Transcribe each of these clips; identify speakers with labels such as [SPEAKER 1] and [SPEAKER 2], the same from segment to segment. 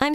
[SPEAKER 1] I'm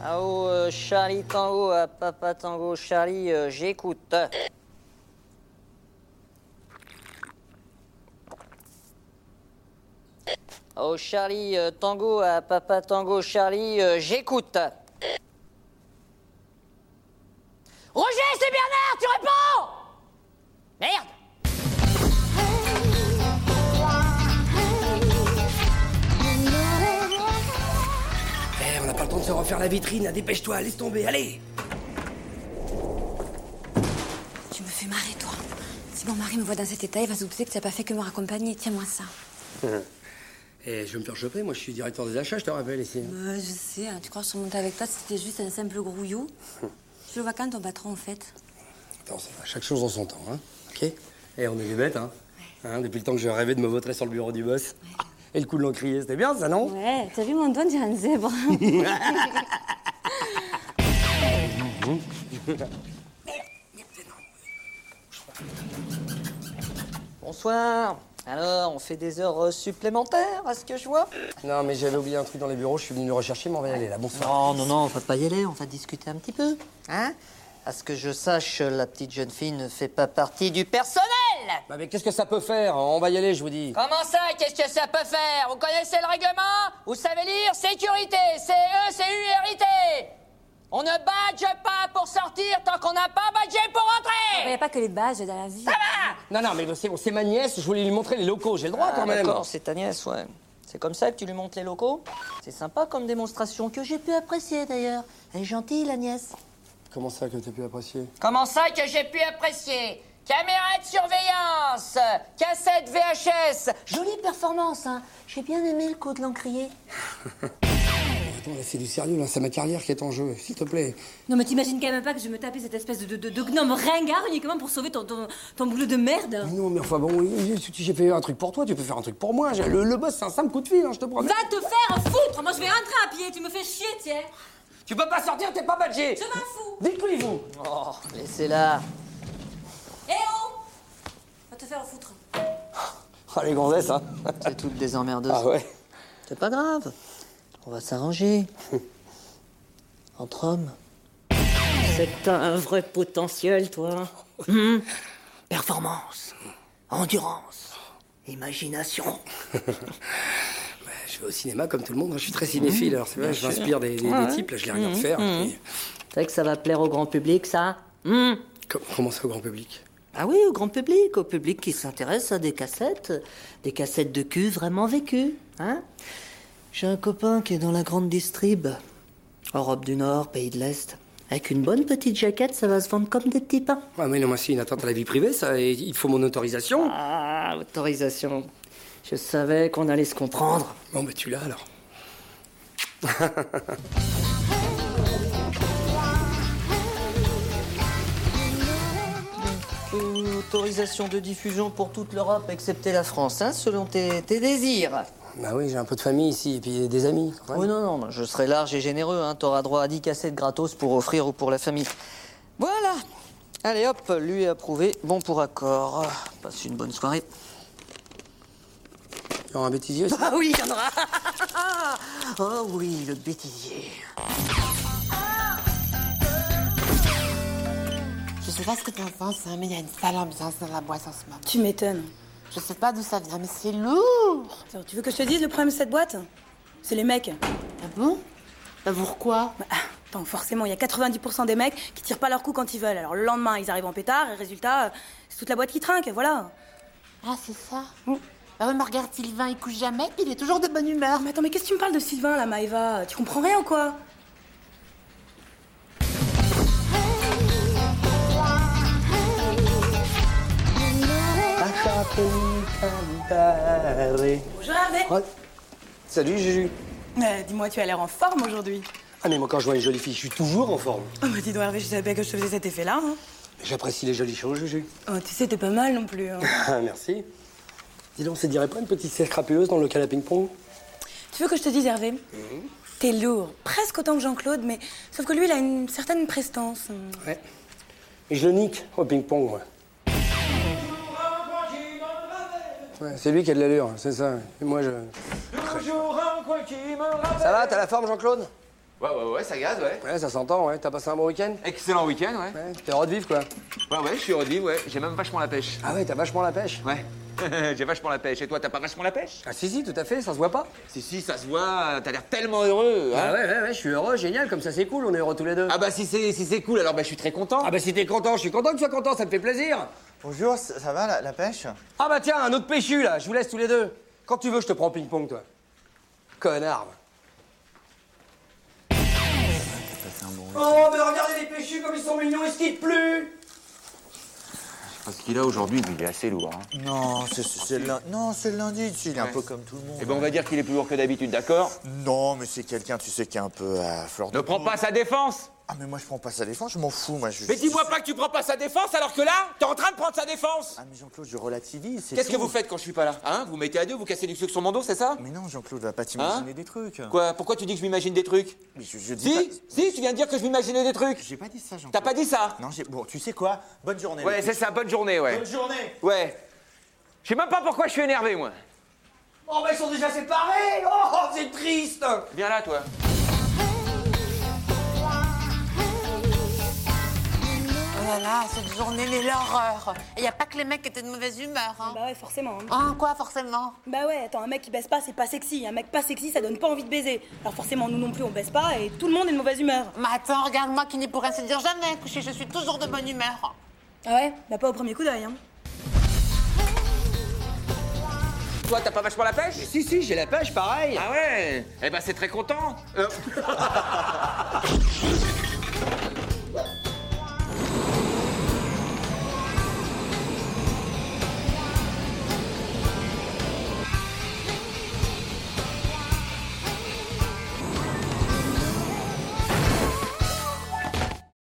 [SPEAKER 2] Ah oh, euh, Charlie Tango, ah, Papa Tango, Charlie, euh, j'écoute. Oh Charlie euh, Tango, ah, Papa Tango, Charlie, euh, j'écoute. Roger, c'est Bernard, tu réponds Merde
[SPEAKER 3] Eh, on n'a pas le temps de se refaire la vitrine, là, dépêche-toi, laisse tomber, allez
[SPEAKER 4] Tu me fais marrer, toi. Si mon mari me voit dans cet état, il va se douter que t'as pas fait que me raccompagner. Tiens-moi ça.
[SPEAKER 3] Eh, je vais me faire choper, moi je suis directeur des achats, je te rappelle ici.
[SPEAKER 4] Euh, je sais, hein, tu crois que je suis montée avec toi si c'était juste un simple grouillou Tu le vois quand ton patron, en fait
[SPEAKER 3] Attends, ça va, chaque chose en son temps, hein, ok Eh, on est des bêtes, hein, Hein, Depuis le temps que je rêvais de me vautrer sur le bureau du boss. Ah, Et le coup de l'encrier, c'était bien ça, non
[SPEAKER 4] Ouais, t'as vu mon doigt, j'ai un zèbre.
[SPEAKER 2] Bonsoir. Alors, on fait des heures euh, supplémentaires, à ce que je vois
[SPEAKER 3] Non, mais j'avais oublié un truc dans les bureaux, je suis venu le rechercher, mais on va y aller, là, bonsoir.
[SPEAKER 2] Non, non, non, on va pas y aller, on va discuter un petit peu. Hein À ce que je sache, la petite jeune fille ne fait pas partie du personnel
[SPEAKER 3] Bah, mais qu'est-ce que ça peut faire On va y aller, je vous dis.
[SPEAKER 2] Comment ça Qu'est-ce que ça peut faire Vous connaissez le règlement Vous savez lire Sécurité, E, CE, CURIT On ne badge pas pour sortir tant qu'on n'a pas badgé pour
[SPEAKER 4] Il n'y
[SPEAKER 2] rentrer
[SPEAKER 4] a pas que les badges dans la vie.
[SPEAKER 3] Non, non, mais c'est c'est ma nièce, je voulais lui montrer les locaux, j'ai le droit Ah, quand même.
[SPEAKER 2] ah, D'accord, c'est ta nièce, ouais. C'est comme ça que tu lui montres les locaux C'est sympa comme démonstration, que j'ai pu apprécier d'ailleurs. Elle est gentille, la nièce.
[SPEAKER 3] Comment ça que t'as pu apprécier
[SPEAKER 2] Comment ça que j'ai pu apprécier Caméra de surveillance, cassette VHS. Jolie performance, hein. J'ai bien aimé le coup de l'encrier.
[SPEAKER 3] Attends, là, c'est du sérieux, là, c'est ma carrière qui est en jeu, s'il te plaît.
[SPEAKER 4] Non, mais t'imagines quand même pas que je me tapais cette espèce de, de- de gnome ringard uniquement pour sauver ton, ton, ton boulot de merde.
[SPEAKER 3] Non, mais enfin bon, si tu- j'ai fait un truc pour toi, tu peux faire un truc pour moi. J'ai- Le, le boss, c'est un simple coup de fil, hein, je te promets.
[SPEAKER 4] Va te faire foutre Moi, je vais rentrer à pied, tu me fais chier, tiens.
[SPEAKER 3] Tu peux pas sortir, t'es pas badgé
[SPEAKER 4] Je m'en fous.
[SPEAKER 3] Découlez-vous
[SPEAKER 2] Oh, laissez-la.
[SPEAKER 4] Eh oh Va te faire foutre.
[SPEAKER 3] Oh, les gonzesses, hein
[SPEAKER 2] C'est toutes des emmerdeuses.
[SPEAKER 3] Ah ouais
[SPEAKER 2] C'est pas grave. On va s'arranger. Entre hommes.
[SPEAKER 5] C'est un vrai potentiel, toi. Hum. Performance, endurance, imagination.
[SPEAKER 3] Je vais au cinéma comme tout le monde, hein, je suis très cinéphile, alors c'est vrai, je m'inspire des, des- des types, là, je les regarde faire. et puis-
[SPEAKER 5] Tu sais que ça va plaire au grand public, ça Hum.
[SPEAKER 3] Com- comment ça au grand public
[SPEAKER 5] Ah oui, au grand public, au public qui s'intéresse à des cassettes, des cassettes de cul vraiment vécues, hein J'ai un copain qui est dans la grande distrib, Europe du Nord, pays de l'Est. Avec une bonne petite jaquette, ça va se vendre comme des petits pains.
[SPEAKER 3] Ah mais non, moi c'est une atteinte à la vie privée, ça, et il faut mon autorisation.
[SPEAKER 5] Ah, autorisation. Je savais qu'on allait se comprendre.
[SPEAKER 3] Bon, mais tu l'as alors.
[SPEAKER 2] Une autorisation de diffusion pour toute l'Europe, excepté la France, hein, selon tes, tes désirs.
[SPEAKER 3] Bah oui, j'ai un peu de famille ici, et puis des amis. quand même.
[SPEAKER 2] Oui, Oh non, non, moi, je serai large et généreux. Hein. T'auras droit à 10 cassettes gratos pour offrir ou pour la famille. Voilà. Allez, hop, lui approuvé, bon pour accord. Passe une bonne soirée.
[SPEAKER 3] Il y aura un bêtisier aussi.
[SPEAKER 2] Ah oui, il y en aura. Oh oui, le bêtisier.
[SPEAKER 6] Je sais pas ce que t'en penses, hein, mais il y a une sale ambiance dans la boîte en ce moment.
[SPEAKER 7] Tu m'étonnes.
[SPEAKER 6] Je sais pas d'où ça vient, mais c'est lourd.
[SPEAKER 7] Attends, tu veux que je te dise le problème de cette boîte C'est les mecs.
[SPEAKER 6] Ah bon Bah pourquoi
[SPEAKER 7] Bah, attends, forcément, il y a 90% des mecs qui tirent pas leur coup quand ils veulent. Alors le lendemain, ils arrivent en pétard et résultat, euh, c'est toute la boîte qui trinque, voilà.
[SPEAKER 6] Ah c'est ça Bah oui, mais regarde, Sylvain, il couche jamais, puis il est toujours de bonne humeur.
[SPEAKER 7] Mais attends, mais qu'est-ce que tu me parles de Sylvain là, Maëva Tu comprends rien ou quoi
[SPEAKER 3] Achat pays, cantare.
[SPEAKER 7] Bonjour Hervé.
[SPEAKER 3] Oh, Salut Juju.
[SPEAKER 7] Euh, Dis-moi, tu as l'air en forme aujourd'hui.
[SPEAKER 3] Ah mais moi quand je vois une jolie fille, je suis toujours en forme.
[SPEAKER 7] Oh, bah dis donc Hervé, je savais pas que je te faisais cet effet-là. hein.
[SPEAKER 3] J'apprécie les jolies choses, Juju.
[SPEAKER 7] Oh, tu sais, t'es pas mal non plus. hein.
[SPEAKER 3] Ah, merci. Dis donc, on se dirait pas une petite sieste crapuleuse dans le canapé ping-pong
[SPEAKER 7] tu veux que je te dise Hervé T'es lourd, presque autant que Jean-Claude, mais sauf que lui, il a une certaine prestance.
[SPEAKER 3] Ouais. Et je le nique au ping-pong, moi. Ouais, c'est lui qui a de l'allure, c'est ça. Et moi, je... Ça va, t'as la forme, Jean-Claude
[SPEAKER 8] Ouais, ouais, ouais, ça gaz, ouais.
[SPEAKER 3] Ouais, ça s'entend, ouais. T'as passé un bon week-end
[SPEAKER 8] Excellent week-end, ouais.
[SPEAKER 3] Ouais, t'es heureux de vivre, quoi.
[SPEAKER 8] Ouais, ouais, je suis heureux de vivre, ouais. J'ai même vachement la pêche.
[SPEAKER 3] Ah ouais, t'as vachement la pêche.
[SPEAKER 8] Ouais. J'ai vachement la pêche. Et toi, t'as pas vachement la pêche
[SPEAKER 3] Ah si, si, tout à fait, ça se voit pas.
[SPEAKER 8] Si, si, ça se voit, t'as l'air tellement heureux. hein.
[SPEAKER 3] Ah ouais, ouais, ouais, je suis heureux, génial, comme ça c'est cool, on est heureux tous les deux.
[SPEAKER 8] Ah bah si c'est si c'est cool, alors bah je suis très content.
[SPEAKER 3] Ah bah si t'es content, je suis content que tu sois content, ça me fait plaisir.
[SPEAKER 9] Bonjour, ça, ça va la, la pêche
[SPEAKER 3] Ah bah tiens, un autre péchu là, je vous laisse tous les deux. Quand tu veux, je te prends au ping-pong, toi. Connard. Oh, mais regardez les péchus comme ils sont mignons, ils se quittent plus
[SPEAKER 8] Ah, Parce qu'il a aujourd'hui, il est assez lourd. hein.
[SPEAKER 9] Non, c'est- c'est c'est le lun- non, c'est le lundi, tu sais, il est un peu comme tout le monde.
[SPEAKER 8] Et ben on va dire qu'il est plus lourd que d'habitude, d'accord
[SPEAKER 9] Non, mais c'est quelqu'un, tu sais, qui est un peu à fleur de
[SPEAKER 8] Ne prends
[SPEAKER 9] peau.
[SPEAKER 8] pas sa défense
[SPEAKER 9] Ah, mais moi, je prends pas sa défense, je m'en fous, moi. Je...
[SPEAKER 8] Mais dis-moi pas que tu prends pas sa défense alors que là, t'es en train de prendre sa défense
[SPEAKER 9] Ah, mais Jean-Claude, je relativise, c'est
[SPEAKER 8] Qu'est-ce que
[SPEAKER 9] tout.
[SPEAKER 8] vous faites quand je suis pas là Hein Vous mettez à deux, vous cassez du sucre sur mon dos, c'est ça
[SPEAKER 9] Mais non, Jean-Claude, va pas t'imaginer
[SPEAKER 8] Hein
[SPEAKER 9] des trucs.
[SPEAKER 8] Quoi Pourquoi tu dis que je m'imagine des trucs
[SPEAKER 9] Mais je, je dis
[SPEAKER 8] Si
[SPEAKER 9] pas...
[SPEAKER 8] Si, tu viens de dire que je m'imaginais des trucs
[SPEAKER 9] J'ai pas dit ça, Jean-Claude.
[SPEAKER 8] T'as pas dit ça
[SPEAKER 9] Non, j'ai... Bon, tu sais quoi Bonne journée.
[SPEAKER 8] Ouais,
[SPEAKER 9] les
[SPEAKER 8] c'est
[SPEAKER 9] péchus.
[SPEAKER 8] ça, bonne journée, ouais.
[SPEAKER 9] Bonne journée
[SPEAKER 8] Ouais. Je sais même pas pourquoi je suis énervé, moi.
[SPEAKER 3] Oh, mais ils sont déjà séparés Oh, c'est triste
[SPEAKER 8] Viens là, toi.
[SPEAKER 6] Oh là là, cette journée, mais l'horreur Et y a pas que les mecs qui étaient de mauvaise humeur, hein
[SPEAKER 7] Bah ouais, forcément. hein.
[SPEAKER 6] Ah, quoi, forcément
[SPEAKER 7] Bah ouais, attends, un mec qui baisse pas, c'est pas sexy. Un mec pas sexy, ça donne pas envie de baiser. Alors forcément, nous non plus, on baisse pas et tout le monde est de mauvaise humeur.
[SPEAKER 6] Mais attends, regarde-moi qui n'est pour rien se dire jamais couché, je suis toujours de bonne humeur.
[SPEAKER 7] Ah ouais Bah pas au premier coup d'œil, hein.
[SPEAKER 8] Toi, t'as pas vachement la pêche
[SPEAKER 3] Si, si, j'ai la pêche, pareil
[SPEAKER 8] Ah ouais Eh ben, c'est très content. Euh,